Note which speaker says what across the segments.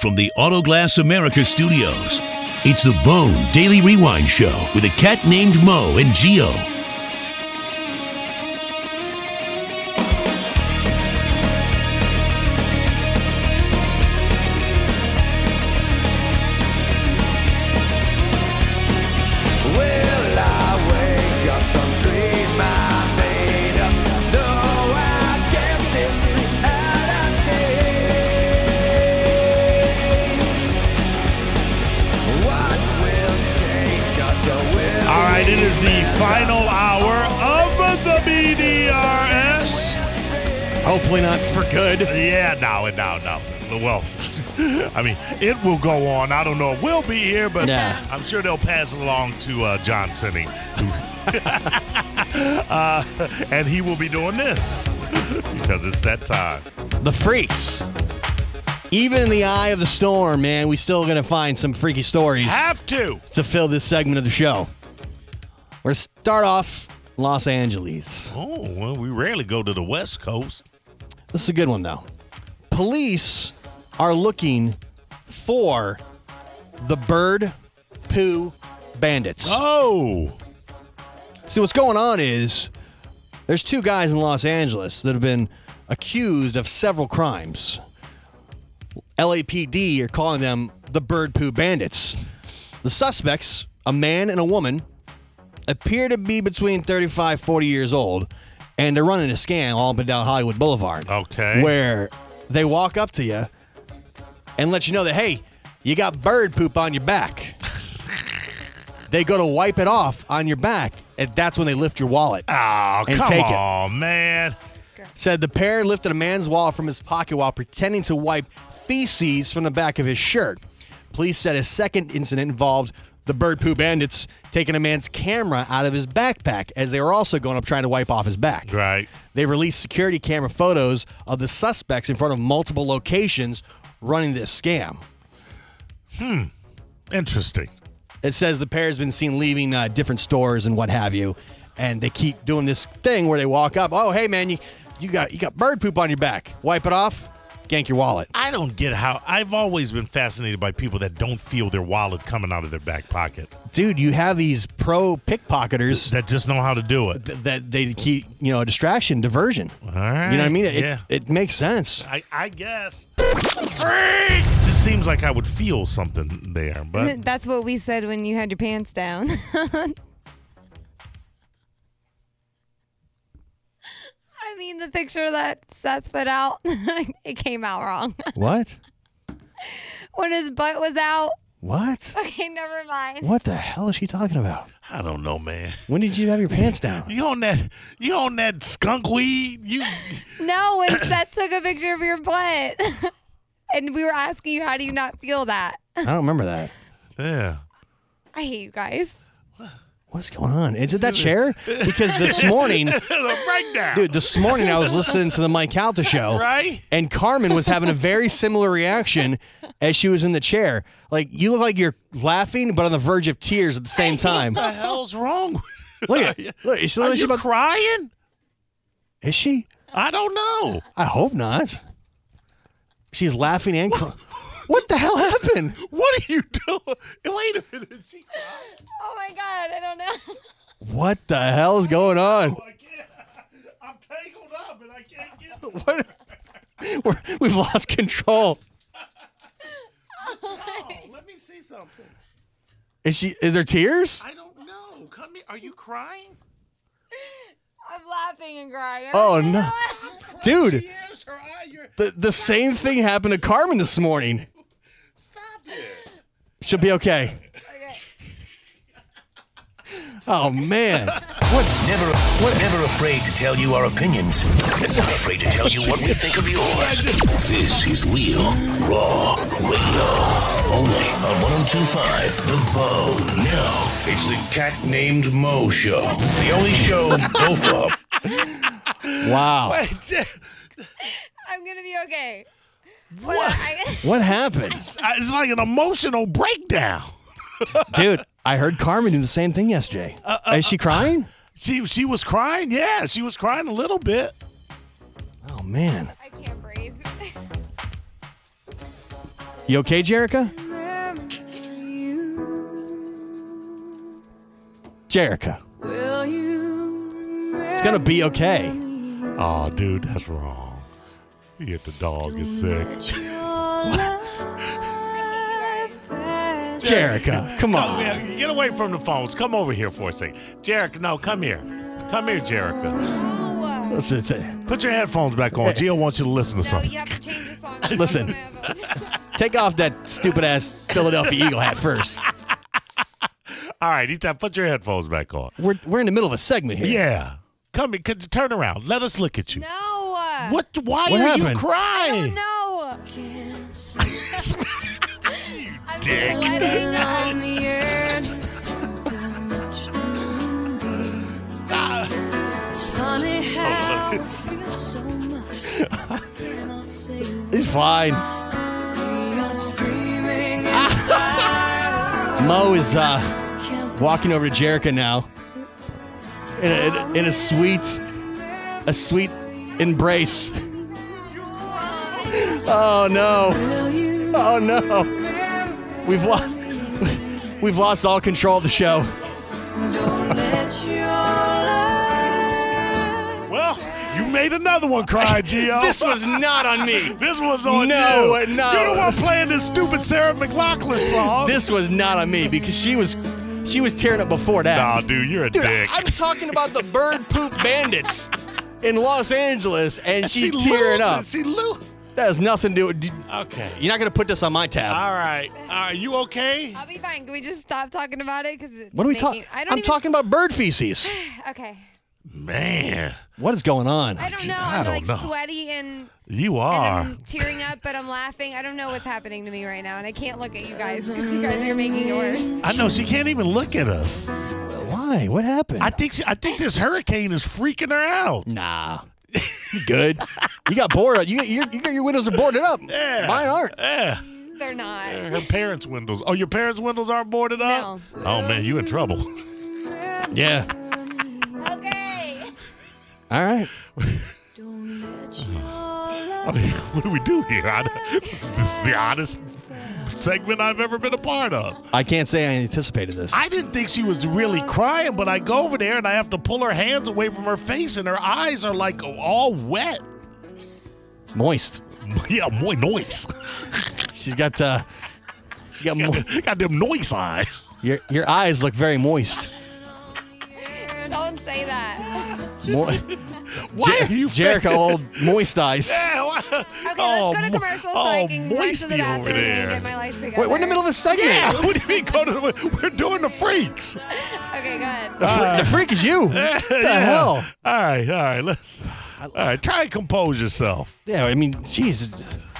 Speaker 1: from the Autoglass America studios. It's the Bone Daily Rewind Show with a cat named Mo and Geo.
Speaker 2: Will I wake up some dream I made up? No, I guess it's reality. What will change us or will
Speaker 3: All right, it is the
Speaker 2: we
Speaker 3: final hour of the BDRS. Hopefully not for good. Yeah, no, no, no. Well, I mean, it will go on. I don't know if we'll be here, but
Speaker 4: Yeah.
Speaker 3: I'm sure they'll pass it along to uh, John Sinney. uh, and he will be doing this because it's that time.
Speaker 4: The freaks. Even in the eye of the storm, man, we still gonna find some freaky stories
Speaker 3: Have to.
Speaker 4: to fill this segment of the show. We're gonna start off in Los Angeles.
Speaker 3: Oh, well, we rarely go to the West Coast.
Speaker 4: This is a good one though. Police are looking for the bird poo bandits.
Speaker 3: Oh,
Speaker 4: See, what's going on is there's two guys in Los Angeles that have been accused of several crimes. LAPD are calling them the bird poo bandits. The suspects, a man and a woman, appear to be between 35 40 years old, and they're running a scam all up and down Hollywood Boulevard.
Speaker 3: Okay.
Speaker 4: Where they walk up to you and let you know that, hey, you got bird poop on your back they go to wipe it off on your back, and that's when they lift your wallet.
Speaker 3: oh
Speaker 4: And
Speaker 3: come
Speaker 4: take it.
Speaker 3: on, man.
Speaker 4: Said the pair lifted a man's wallet from his pocket while pretending to wipe feces from the back of his shirt. Police said a second incident involved the bird poo bandits taking a man's camera out of his backpack as they were also going up trying to wipe off his back.
Speaker 3: Right.
Speaker 4: They released security camera photos of the suspects in front of multiple locations running this scam.
Speaker 3: Interesting.
Speaker 4: It says the pair's been seen leaving uh, different stores and what have you, and they keep doing this thing where they walk up. Oh, hey man, you you got you got bird poop on your back. Wipe it off. Gank your wallet.
Speaker 3: I don't get how I've always been fascinated by people that don't feel their wallet coming out of their back pocket
Speaker 4: Dude, you have these pro pickpocketers
Speaker 3: that just know how to do it.
Speaker 4: th- that they keep you know a distraction, diversion. You know
Speaker 3: right.
Speaker 4: what I mean? It,
Speaker 3: Yeah.
Speaker 4: it, it makes sense.
Speaker 3: I, I guess. Freak! Just seems like I would feel something there, but
Speaker 5: That's what we said when you had your pants down. I mean, the picture that that's put out, it came out wrong.
Speaker 4: What?
Speaker 5: when his butt was out.
Speaker 4: What?
Speaker 5: Okay, never mind.
Speaker 4: What the hell is she talking about?
Speaker 3: I don't know, man.
Speaker 4: When did you have your pants down?
Speaker 3: You on that? You on that skunk weed? You
Speaker 5: No, when Seth took a picture of your butt, and we were asking you, how do you not feel that?
Speaker 4: I don't remember that.
Speaker 3: yeah.
Speaker 5: I hate you guys.
Speaker 4: What's going on? Is it that chair? Because this morning,
Speaker 3: right now,
Speaker 4: dude, this morning I was listening to the Mike Calta show.
Speaker 3: right?
Speaker 4: And Carmen was having a very similar reaction as she was in the chair. Like you look like you're laughing, but on the verge of tears at the same time.
Speaker 3: What the hell's wrong? with-
Speaker 4: Look at look. Is she,
Speaker 3: Are
Speaker 4: is she
Speaker 3: you
Speaker 4: about-
Speaker 3: crying?
Speaker 4: is she?
Speaker 3: I don't know.
Speaker 4: I hope not. She's laughing and. Cr- what the hell happened?
Speaker 3: What are you doing? Wait a minute. Is she crying?
Speaker 5: Oh my God, I don't know.
Speaker 4: What the hell is going on?
Speaker 3: I can't. I'm tangled up and I can't get.
Speaker 4: What? We're, we've lost control.
Speaker 3: Let me see something.
Speaker 4: Is she? Is there tears?
Speaker 3: I don't know. Come here. Are you crying?
Speaker 5: I'm laughing and crying.
Speaker 4: Oh no, dude!
Speaker 3: She is. Her eye. You're.
Speaker 4: The the same thing happened to Carmen this morning.
Speaker 3: Stop it.
Speaker 4: She'll be okay. Oh man.
Speaker 1: We're never, we're never afraid to tell you our opinions. Not afraid to tell you what we think of yours. This is Real Raw Radio. Only on 1025 The Bone. Now, it's the cat named Mo show. The only show both of
Speaker 4: Wow.
Speaker 3: Hey, Je-
Speaker 5: I'm gonna be okay.
Speaker 3: What?
Speaker 5: I-
Speaker 4: What happened?
Speaker 3: It's like an emotional breakdown.
Speaker 4: Dude, I heard Carmen do the same thing yesterday. Is she crying?
Speaker 3: She she was crying. Yeah, she was crying a little bit.
Speaker 4: Oh man.
Speaker 5: I can't breathe.
Speaker 4: You okay, Jerica? Jerica, it's gonna be okay.
Speaker 3: Oh, dude, that's wrong. Yet the dog is sick.
Speaker 4: Jerica, come
Speaker 3: Oh,
Speaker 4: on.
Speaker 3: yeah, get away from the phones. Come over here for a second. Jerica, no, come here. Come here, Jerica.
Speaker 4: Listen, it's a-
Speaker 3: Put your headphones back on. Jill wants you to listen to
Speaker 5: No,
Speaker 3: something.
Speaker 5: you have to change the song.
Speaker 4: Listen. take off that stupid ass Philadelphia Eagle hat first.
Speaker 3: All right, Ethan, put your headphones back on.
Speaker 4: We're, we're in the middle of a segment here.
Speaker 3: Yeah. Come here. Could you turn around. Let us look at you.
Speaker 5: No. Oh,
Speaker 3: What? Why
Speaker 4: What
Speaker 3: are you
Speaker 4: happened?
Speaker 3: crying?
Speaker 5: No. I'm
Speaker 3: Dick.
Speaker 5: sweating on the
Speaker 3: Ah,
Speaker 4: It's fine. Mo is uh, walking over to Jerica now in a, in a- in a sweet, a sweet embrace. Oh no! Oh no! We've lost. We've lost all control of the show.
Speaker 3: well, you made another one cry, Gio.
Speaker 4: This was not on me.
Speaker 3: This was on
Speaker 4: No, uh,
Speaker 3: you.
Speaker 4: no.
Speaker 3: You're the one playing this stupid Sarah McLaughlin song.
Speaker 4: This was not on me because she was, she was tearing up before that.
Speaker 3: Nah, dude, you're a
Speaker 4: Dude,
Speaker 3: dick.
Speaker 4: I'm talking about the bird poop bandits in Los Angeles, and she's
Speaker 3: loses.
Speaker 4: tearing up.
Speaker 3: She lose.
Speaker 4: That has nothing to do.
Speaker 3: Okay.
Speaker 4: You're not gonna put this on my tab.
Speaker 3: All right. Are you okay?
Speaker 5: I'll be fine. Can we just stop talking about it? Cause it's
Speaker 4: what are we
Speaker 5: making-
Speaker 4: talking?
Speaker 5: I
Speaker 4: I'm
Speaker 5: don't even-
Speaker 4: talking about bird feces.
Speaker 5: Okay.
Speaker 3: Man,
Speaker 4: What is going on?
Speaker 5: I don't know.
Speaker 3: I
Speaker 5: I'm
Speaker 3: don't
Speaker 5: like
Speaker 3: know.
Speaker 5: sweaty and,
Speaker 3: you
Speaker 5: and
Speaker 3: are.
Speaker 5: I'm tearing up, but I'm laughing. I don't know what's happening to me right now, and I can't look at you guys because you guys are making it worse.
Speaker 3: I know she can't even look at us.
Speaker 4: Why? What happened?
Speaker 3: I think she, I think this hurricane is freaking her out.
Speaker 4: nah. You good? you got bored. You got your, you got your windows are boarded up.
Speaker 3: Yeah.
Speaker 4: Mine aren't.
Speaker 3: Yeah.
Speaker 5: They're not.
Speaker 3: Her parents' windows. Oh, your parents' windows aren't boarded up.
Speaker 5: No.
Speaker 3: Oh man, you in trouble.
Speaker 4: Yeah.
Speaker 5: Okay.
Speaker 4: All right.
Speaker 3: I mean, what do we do here? I, this, this is the oddest segment I've ever been a part of.
Speaker 4: I can't say I anticipated this.
Speaker 3: I didn't think she was really crying, but I go over there and I have to pull her hands away from her face, and her eyes are like all wet.
Speaker 4: Moist.
Speaker 3: Yeah, moi noise.
Speaker 4: She's got uh. You got mo-
Speaker 3: Goddamn noise eyes.
Speaker 4: your your eyes look very moist.
Speaker 5: Don't say that.
Speaker 4: Mo-
Speaker 3: Why are you
Speaker 4: Jericho old moist eyes.
Speaker 3: Yeah, why-
Speaker 5: Okay,
Speaker 3: oh,
Speaker 5: let's go to
Speaker 3: mo-
Speaker 5: commercial so
Speaker 3: oh,
Speaker 5: I can go to the
Speaker 3: moisty over
Speaker 5: bathroom and
Speaker 3: there.
Speaker 5: get my life together.
Speaker 4: Wait, we're in the middle of a segment.
Speaker 3: Yeah, what do you mean go to the? We're doing the freaks.
Speaker 5: Okay, good.
Speaker 4: The, fre- the freak is you. What the
Speaker 3: Yeah.
Speaker 4: hell?
Speaker 3: All right, all right, let's. All right, try and compose yourself.
Speaker 4: Yeah, I mean, jeez,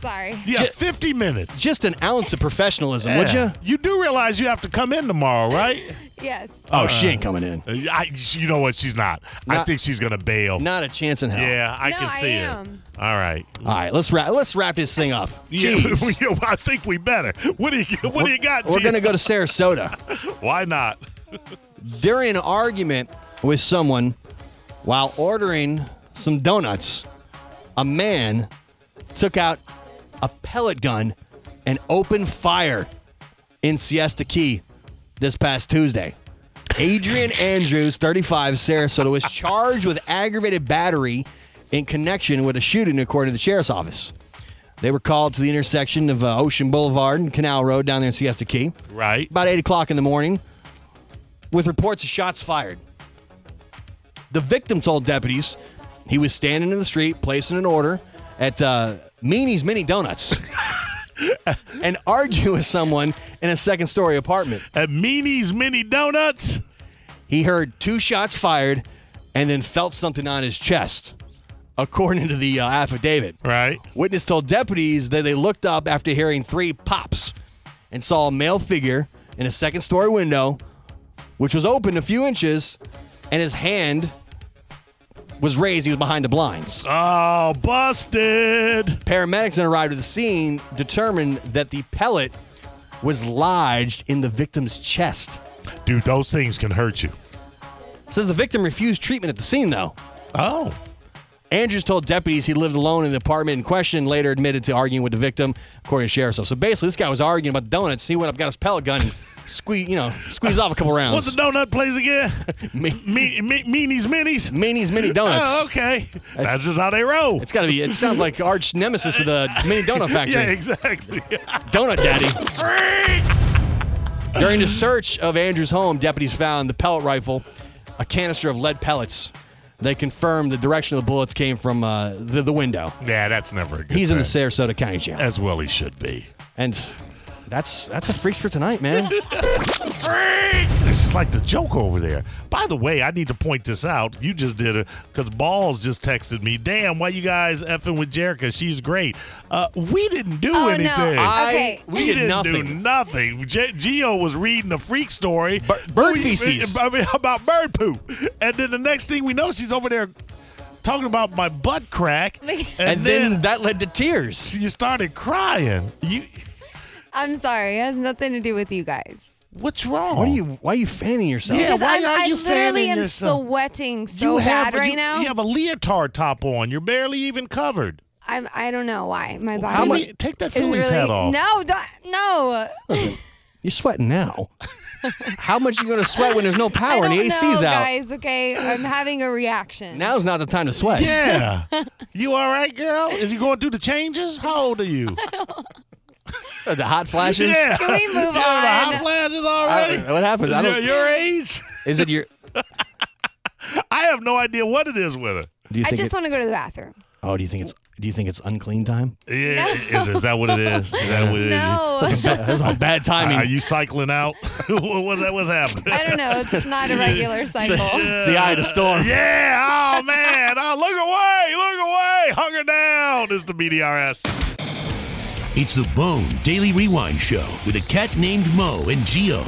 Speaker 5: Sorry.
Speaker 3: Yeah,
Speaker 4: Ju-
Speaker 3: 50 minutes.
Speaker 4: just an ounce of professionalism, would
Speaker 3: Yeah.
Speaker 4: you?
Speaker 3: You do realize you have to come in tomorrow, right?
Speaker 5: Yes.
Speaker 4: Oh, she ain't coming in.
Speaker 3: Uh, I, you know what? She's not. I
Speaker 4: Not-
Speaker 3: think she's gonna bail.
Speaker 4: Not a chance in hell.
Speaker 3: Yeah, I
Speaker 5: No,
Speaker 3: can
Speaker 5: I
Speaker 3: see
Speaker 5: am.
Speaker 3: it. All right.
Speaker 4: All right, let's wrap. Let's wrap this thing up. Jeez.
Speaker 3: Yeah, I think we better. What do you What do you got?
Speaker 4: We're
Speaker 3: T?
Speaker 4: gonna go to Sarasota.
Speaker 3: Why not?
Speaker 4: During an argument with someone, while ordering some donuts, a man took out a pellet gun and opened fire in Siesta Key this past Tuesday. Adrian Andrews, 35, Sarasota, was charged with aggravated battery in connection with a shooting, according to the sheriff's office. They were called to the intersection of uh, Ocean Boulevard and Canal Road down there in Siesta Key
Speaker 3: Right.
Speaker 4: about 8 o'clock in the morning with reports of shots fired. The victim told deputies he was standing in the street placing an order at uh, Meanie's Mini Donuts and argued with someone in a second story apartment.
Speaker 3: At Meanie's Mini Donuts.
Speaker 4: He heard two shots fired and then felt something on his chest, according to the uh, affidavit.
Speaker 3: Right.
Speaker 4: Witness told deputies that they looked up after hearing three pops and saw a male figure in a second story window, which was open a few inches, and his hand was raised. He was behind the blinds.
Speaker 3: Oh, busted.
Speaker 4: Paramedics that arrived at the scene determined that the pellet was lodged in the victim's chest.
Speaker 3: Dude, those things can hurt you.
Speaker 4: Says the victim refused treatment at the scene, though.
Speaker 3: Oh.
Speaker 4: Andrews told deputies he lived alone in the apartment in question and later admitted to arguing with the victim, according to sheriff. So, so basically, this guy was arguing about donuts. He went up, got his pellet gun, and squeeze, you know, squeezed off a couple rounds.
Speaker 3: What's the donut place again? me, me, meanies, minis.
Speaker 4: Minis, mini donuts.
Speaker 3: Oh, okay. That's just how they roll.
Speaker 4: It's got to be. It sounds like arch nemesis of the mini donut factory.
Speaker 3: Yeah, exactly.
Speaker 4: Donut Daddy. During the search of Andrew's home, deputies found the pellet rifle, a canister of lead pellets. They confirmed the direction of the bullets came from uh, the, the window.
Speaker 3: yeah, that's never a good
Speaker 4: He's in the
Speaker 3: thing.
Speaker 4: Sarasota County Jail,
Speaker 3: As well he should be.
Speaker 4: and that's that's a freaks for tonight, man.
Speaker 3: It's just like the joke over there. By the way, I need to point this out. You just did it because Balls just texted me. Damn, why you guys effing with Jerica? She's great. Uh, we didn't do
Speaker 5: Oh, no.
Speaker 3: anything.
Speaker 5: I-
Speaker 4: I
Speaker 5: Okay.
Speaker 4: we,
Speaker 3: We
Speaker 4: did
Speaker 3: didn't
Speaker 4: nothing.
Speaker 3: do nothing. Ge- Gio was reading a freak story.
Speaker 4: bird
Speaker 3: We-
Speaker 4: feces.
Speaker 3: I mean, about bird poop. And then the next thing we know, she's over there talking about my butt crack. And,
Speaker 4: and
Speaker 3: then,
Speaker 4: then, that led to tears.
Speaker 3: you started crying. You,
Speaker 5: I'm sorry. It has nothing to do with you guys.
Speaker 3: what's wrong?
Speaker 4: What are you? Why are you fanning yourself?
Speaker 3: Yeah,
Speaker 5: Because
Speaker 3: why
Speaker 5: I'm,
Speaker 3: are you
Speaker 5: I literally
Speaker 3: fanning
Speaker 5: am
Speaker 3: yourself?
Speaker 5: sweating
Speaker 3: You
Speaker 5: so
Speaker 3: have
Speaker 5: bad right
Speaker 3: you,
Speaker 5: now.
Speaker 3: You have a leotard top on. You're barely even covered.
Speaker 5: I'm, I don't know why. My
Speaker 3: How
Speaker 5: body
Speaker 3: mu- take that
Speaker 5: is
Speaker 3: Phillies
Speaker 5: really.
Speaker 3: hat off.
Speaker 5: No, don't- no.
Speaker 4: You're sweating now. How much you gonna sweat when there's no
Speaker 5: I
Speaker 4: power
Speaker 5: don't
Speaker 4: and the AC's
Speaker 5: know,
Speaker 4: out?
Speaker 5: guys. Okay, I'm having a reaction.
Speaker 4: Now's not the time to sweat.
Speaker 3: Yeah. you all right, girl? Is you going through the changes? How old are you?
Speaker 4: The hot flashes.
Speaker 3: Yeah.
Speaker 5: Can we move
Speaker 3: You have the hot
Speaker 5: on?
Speaker 3: flashes
Speaker 4: I
Speaker 3: already?
Speaker 4: don't- what happens? I
Speaker 3: You're
Speaker 4: don't.
Speaker 3: your age?
Speaker 4: Is it your?
Speaker 3: I have no idea what it is with her.
Speaker 4: Do you
Speaker 5: I
Speaker 4: think?
Speaker 5: just
Speaker 4: it,
Speaker 5: want to go to the bathroom.
Speaker 4: oh, do you think it's? Do you think it's unclean time?
Speaker 3: Yeah, is, is that what it is? Is that what it is?
Speaker 5: No,
Speaker 4: That's some, that's some bad timing.
Speaker 3: Are you cycling out? What- what's that? What's happening?
Speaker 5: I don't know. It's not a regular cycle.
Speaker 4: it's the eye of the storm.
Speaker 3: Yeah. Oh man. Oh, look away. Look away. Hunger down. It's the BDRS.
Speaker 1: It's the Bone Daily Rewind Show with a cat named Mo and Geo.